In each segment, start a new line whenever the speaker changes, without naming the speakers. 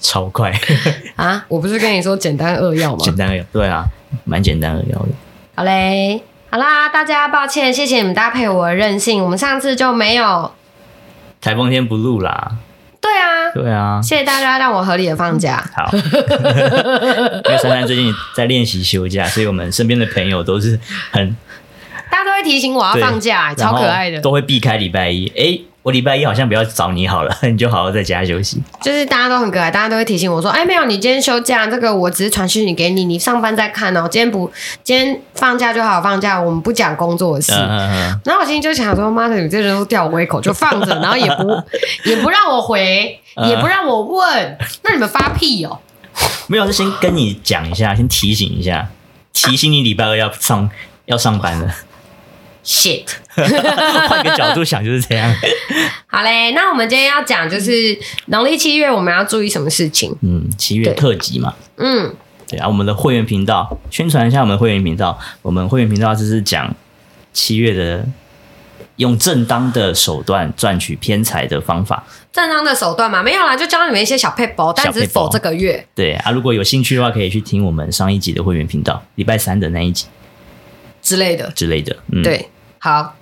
超快，
啊！我不是跟你说 简单扼要吗？
简单而已。对啊，蛮简单而已。
好嘞，好啦，大家抱歉，谢谢你们搭配我的任性，我们上次就没有。
台风天不录啦。
对啊，
对啊，
谢谢大家让我合理的放假。
好，因为珊珊最近在练习休假，所以我们身边的朋友都是很
大家都会提醒我要
对
放假，
然
超
后
可爱的。
都会避开礼拜一。诶，我礼拜一好像不要找你好了， 你就好好在家休息。
就是大家都很可爱，大家都会提醒我说：“哎，没有，你今天休假，这个我只是传讯息给你，你上班再看哦。今天不，今天放假就好放假，我们不讲工作的事。
嗯嗯嗯，
然后我心里就想说：“妈的，你这人都吊我胃口，就放着，然后也不也不让我回，
嗯
也不让我问，那你们发屁哦！
没有，就先跟你讲一下，先提醒一下，提醒你礼拜二要上要上班 了。
！shit。”
换个角度想就是这样。
好嘞，那我们今天要讲就是农历七月我们要注意什么事情？
嗯，七月
对
特辑嘛，
嗯，
对啊，我们的会员频道宣传一下我们的会员频道，我们会员频道就是讲七月的用正当的手段赚取偏财的方法。
正当的手段嘛，没有啦，就教你们一些小配包，但只是
小 paper
否这个月。
对啊，如果有兴趣的话，可以去听我们上一集的会员频道，礼拜三的那一集
之类的。
之类的。嗯，，
对，好，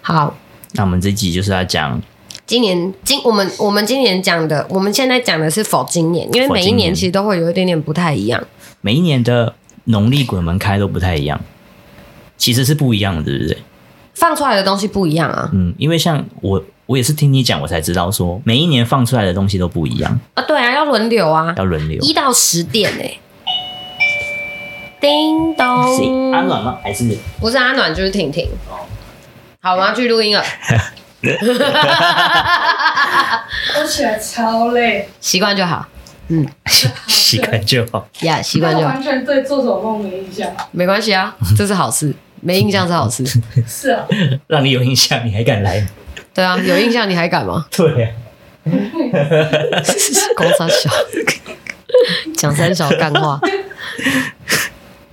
好，
那我们这一集就是要讲
今年今我们我们今年讲的，我们现在讲的是否今年，因为每一
否今
年
年
其实都会有一点点不太一样。
每一年的农历鬼门开都不太一样，其实是不一样的，对不对？
放出来的东西不一样啊！
嗯，因为像我，我也是听你讲，我才知道说每一年放出来的东西都不一样，
啊，对啊，要轮流啊，
要轮流。
一到十点哎、叮
谁
咚，
安暖哦吗？还是
不是阿暖就是婷婷。好，我们要去录音了。
我起来超累，
习惯就好，
嗯 洗干就好？
呀、习惯
但
就
我
好，
完全对做什么梦没印象。
没关系啊，
嗯
这是好事，没印象是好 事。
是啊，
让你有印象，你还敢来？
对啊，有印象你还敢 吗？
对、啊，
公三小，讲三小干话。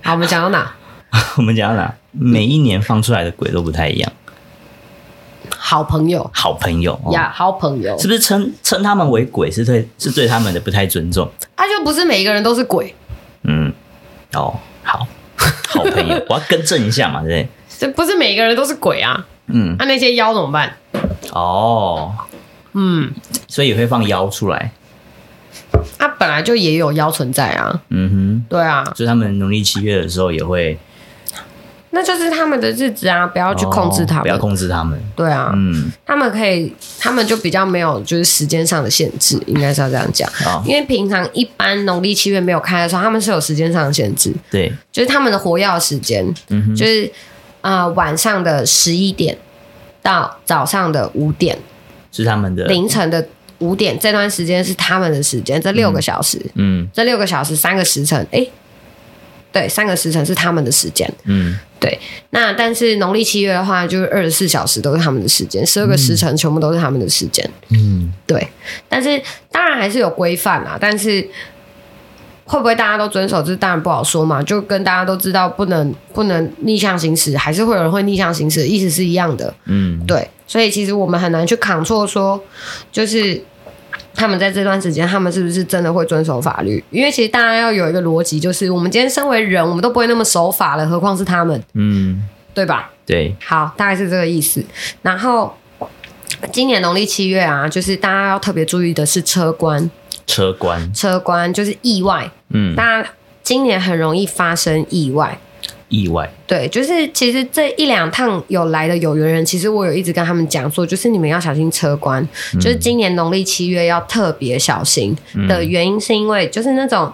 好，我们讲到哪？
我们讲哪？每一年放出来的鬼都不太一样。
好朋友
好朋友、哦、
呀，好朋友
是，不是称称他们为鬼是对是对他们的不太尊重？
他啊就不是每一个人都是鬼，
嗯，哦，好， 好朋 友，我要更正一下嘛，对不对？
这不是每一个人都是鬼啊。
嗯，
那、那些妖怎么办？
哦，
嗯，
所以也会放妖出来。
他、啊本来就也有妖存在啊。
嗯
对啊
哼，，所以他们农历七月的时候也会
那就是他们的日子啊，不要去控制他
哦不
们。
要控制他们。
对啊，
嗯，
他们可以，他们就比较没有就是时间上的限制，应该是要这样讲。
哦，
因为平常一般农历七月没有开的时候，他们是有时间上的限制，
对，
就是他们的活药时间，
嗯哼，
就是啊、呃晚上的十一点到早上的五点，
是他们的
凌晨的五点这段时间是他们的时间，这六个小时，
嗯
这六个小时三个时辰，诶，对，三个时辰是他们的时间。
嗯，
那但是农历七月的话，就是二十四小时都是他们的时间，十二个时辰全部都是他们的时间。
嗯，
对，但是当然还是有规范啦，但是会不会大家都遵守，这当然不好说嘛。就跟大家都知道不能不能逆向行驶，还是会有人会逆向行驶，意思是一样的。
嗯，
对，所以其实我们很难去扛错说，就是他们在这段时间，他们是不是真的会遵守法律？因为其实大家要有一个逻辑，就是我们今天身为人，我们都不会那么守法了，何况是他们，
嗯，
对吧？
对，
好，大概是这个意思。然后今年农历七月啊，就是大家要特别注意的是车关，
车关，
车关就是意外，
嗯，
大家今年很容易发生意外。
意外，
对，就是其实这一两趟有来的有缘人，其实我有一直跟他们讲说，就是你们要小心车关，就是今年农历七月要特别小心
嗯
的原因，是因为就是那种。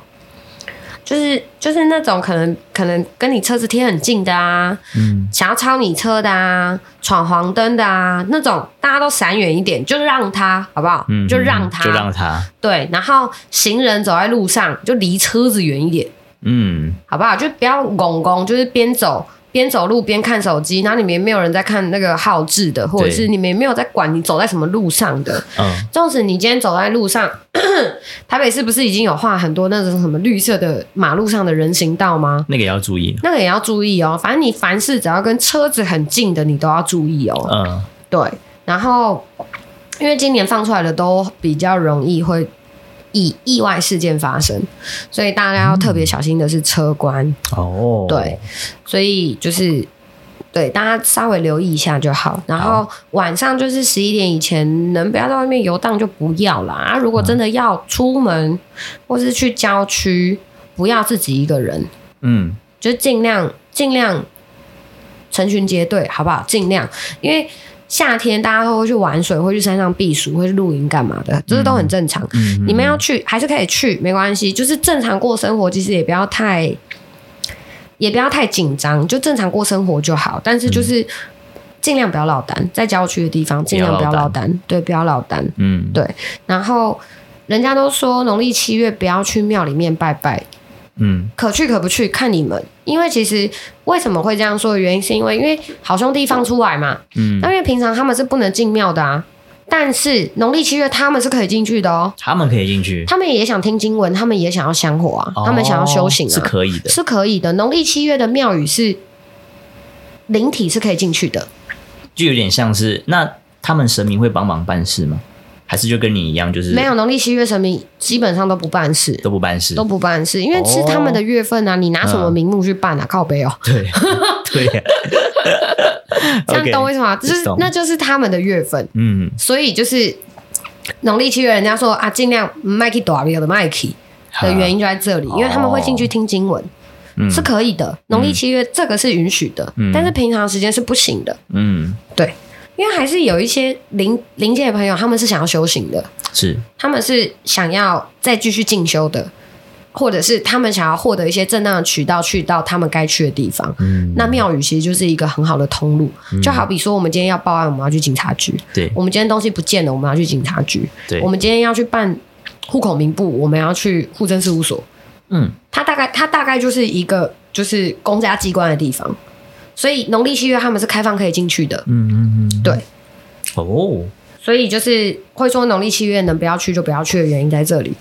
就是就是那种可能可能跟你车子贴很近的啊，
嗯，
想要超你车的啊，闯黄灯的啊，那种大家都闪远一点，就让他好不好？
嗯，
就让他，
就让他，
对。然后行人走在路上就离车子远一点，
嗯，
好不好？就不要拱拱，就是边走边走路边看手机，然后你们也没有人在看那个号志的，或者是你们也没有在管你走在什么路上的。
嗯，
纵使你今天走在路上， 台北市不是已经有画很多那种什么绿色的马路上的人行道吗？
那个也要注意，
那个也要注意哦。反正你凡事只要跟车子很近的，你都要注意哦。
嗯，
对，然后因为今年放出来的都比较容易会以意外事件发生，所以大家要特别小心的是车关，
哦，
对，所以就是对大家稍微留意一下就好。然后晚上就是十一点以前，能不要在外面游荡就不要啦。啊，如果真的要出门、或是去郊区，不要自己一个人，
嗯，
就尽量尽量成群结队，好不好？尽量，因为夏天大家都会去玩水，会去山上避暑，会去露营干嘛的，这、是都很正常。
嗯
你们要去还是可以去，没关系，就是正常过生活，其实也不要太，也不要太紧张，就正常过生活就好。但是就是尽量不要落单，在郊区的地方尽量不要落单，对，不要落单。
嗯，
对然后人家都说农历七月不要去庙里面拜拜，
嗯，
可去可不去，看你们。因为其实为什么会这样说的原因，是因为因为好兄弟放出来嘛，
嗯
那因为平常他们是不能进庙的啊，但是农历七月他们是可以进去的哦。
他们可以进去，
他们也想听经文，他们也想要香火啊，他们想要修行
哦
啊，
是可以的，
是可以的。农历七月的庙宇是灵体是可以进去的，
就有点像是那他们神明会帮忙办事吗？还是就跟你一样，就是
没有农历七月神明基本上都不办事。
都不办事，哦嗯
都不办事，因为是他们的月份啊，你拿什么名目去办啊？靠背 哦，
对对呀，
这样
OK，
懂我意思吗？啊就是
懂
那就是他们的月份，
嗯，
所以就是农历七月，人家说啊，尽量麦克多有的麦克的原因就在这里，因为他们会进去听经文，
因
是可以的。农历七月这个是允许的，
嗯
但是平常时间是不行的。
嗯
对，因为还是有一些灵灵界的朋友，他们是想要修行的，
是
他们是想要再继续进修的，或者是他们想要获得一些正当的渠道去到他们该去的地方。
嗯
那庙宇其实就是一个很好的通路，就好比说我们今天要报案，我们要去警察局；
对
我们今天东西不见了，我们要去警察局；
对，
我们今天要去办户口名簿，我们要去户政事务所。
嗯
它大概它大概就是一个就是公家机关的地方，所以农历七月他们是开放可以进去的。
嗯嗯嗯，
对，
哦，
所以就是会说农历七月能不要去就不要去的原因在这里。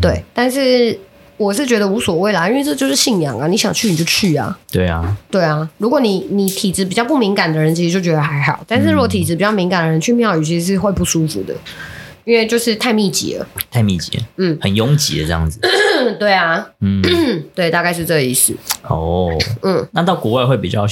对，但是我是觉得无所谓啦，因为这就是信仰啊，你想去你就去啊。
对啊，
对啊，如果你你体质比较不敏感的人，其实就觉得还好。但是如果体质比较敏感的人去庙宇，其实是会不舒服的，因为就是太密集了。
太密集了，
嗯
很拥挤的这样子，
嗯，对啊，
嗯，
嗯，对，大概是这个意思。
哦，
嗯，
那到国外会比较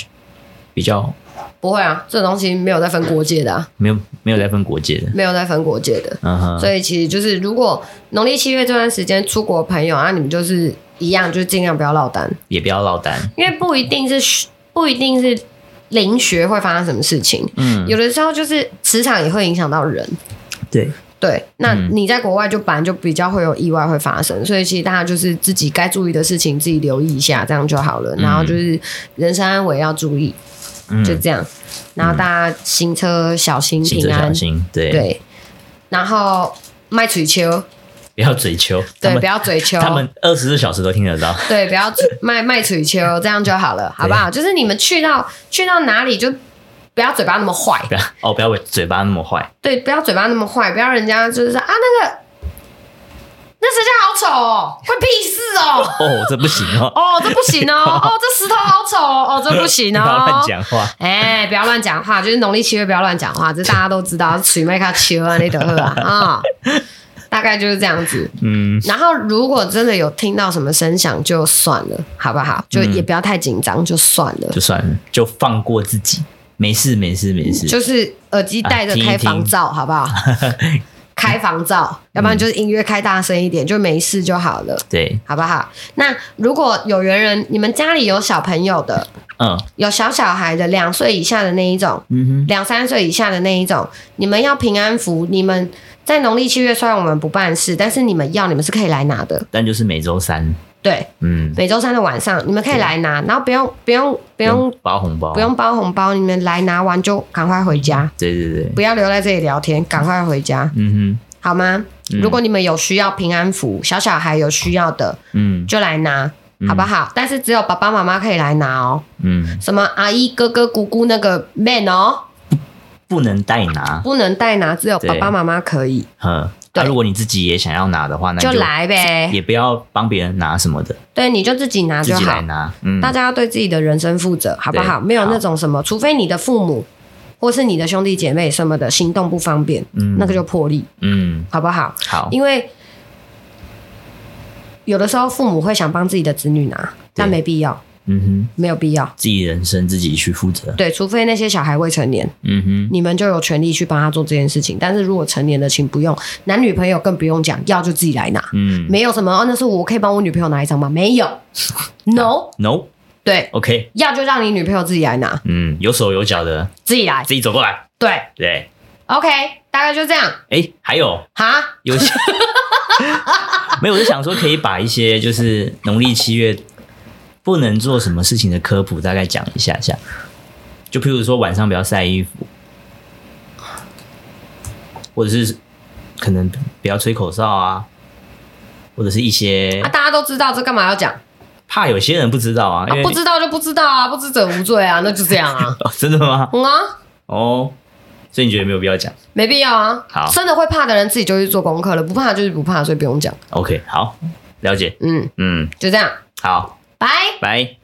比较
不会啊，这种东西没有在分国界的、啊，
没有没有在分国界的，
没有在分国界的。
嗯哼，
所以其实就是，如果农历七月这段时间出国朋友啊，你们就是一样，就尽量不要落单，
也不要落单，
因为不一定是学不一定是灵学会发生什么事情，
嗯，
有的时候就是磁场也会影响到人。
对，
对，那
嗯
你在国外就本来就比较会有意外会发生，所以其实大家就是自己该注意的事情自己留意一下，这样就好了。然后就是人身安危要注意，
嗯，
就这样。然后大家行车小心
行
平
车
安
小，心，对，
对。然后卖嘴球，
不要追求，他
对，
们
不要嘴球，
他们二十四小时都听得到，
对，不要嘴卖 卖嘴球，这样就好了，好不好？就是你们去到去到哪里就不要嘴巴那么坏，
不要哦，不要嘴巴那么坏，
对，不要嘴巴那么坏，不要人家就是说啊那个那谁家好丑哦，关屁事哦，
哦，这不行哦，
哦这不行哦，哦这石头好丑哦，哦这不行
不要
哦
乱。讲话，
哎、不要乱讲话，就是农历七月不要乱讲话，这大家都知道，水麦卡丘啊，那得喝啊啊，大概就是这样子。
嗯，
然后如果真的有听到什么声响，就算了，好不好？
嗯
就也不要太紧张，就算了。
就算了，就放过自己，没事没事没事，
就是耳机戴着
啊听一
开防
听
噪，好不好？ 开防噪，要不然就是音乐开大声一点，就没事就好了，
对，
好不好？那如果有缘人，你们家里有小朋友的，
嗯
有小小孩的，两岁以下的那一种，
嗯哼，
两三岁以下的那一种，你们要平安符，你们在农历七月虽然我们不办事，但是你们要，你们是可以来拿的，
但就是每周三，
对，
嗯，
每周三的晚上你们可以来拿，然后不用不用不
不
用
包红包，
不，用包红包，你们来拿完就赶快回家，
对对对，
不要留在这里聊天，赶快回家。
嗯
好吗？
嗯
如果你们有需要平安符，小小孩有需要的
哼，嗯
就来拿，好不好？但是只有爸爸妈妈可以来拿哦，
嗯，
什么阿姨、哥哥、姑姑那个 man 哦，
不能代拿，
不能代拿，只有
对
爸爸妈妈可以，
嗯，那、
对
如果你自己也想要拿的话，那你
就来呗。
也不要帮别人拿什么的，
对，你就自己拿
自
就
己来
好。
拿，嗯，
大家要对自己的人生负责，好不好？
对
没有
好
那种什么，除非你的父母或是你的兄弟姐妹什么的行动不方便，
嗯
那个就破例，
嗯
好不好？
好，
因为有的时候父母会想帮自己的子女拿，但没必要，
嗯哼，
没有必要。
自己人生自己去负责，
对，除非那些小孩未成年，
嗯哼，
你们就有权利去帮他做这件事情。但是如果成年的，请不用，男女朋友更不用讲，要就自己来拿，
嗯
没有什么哦。那是我可以帮我女朋友拿一张吗？没有，no，
，no，OK，、
对，要就让你女朋友自己来拿，
嗯，有手有脚的，
自己来，
自己走过来，
对
对，
，OK，大概就这样
哎，还有
哈。
有 些没有，我就想说可以把一些就是农历七月不能做什么事情的科普大概讲一下下，就譬如说晚上不要晒衣服，或者是可能不要吹口哨啊，或者是一些
啊，大家都知道这干嘛要讲？
怕有些人不知道啊，
啊
因为、，
不知道就不知道啊，不知者无罪啊，那就这样啊
哦、真的吗？
嗯啊，
哦，所以你觉得没有必要讲
没必要啊。
好
真的会怕的人自己就去做功课了，不怕就是不怕，所以不用讲。
？OK，好，了解，
嗯，
嗯，
就这样，
好，
拜。
拜。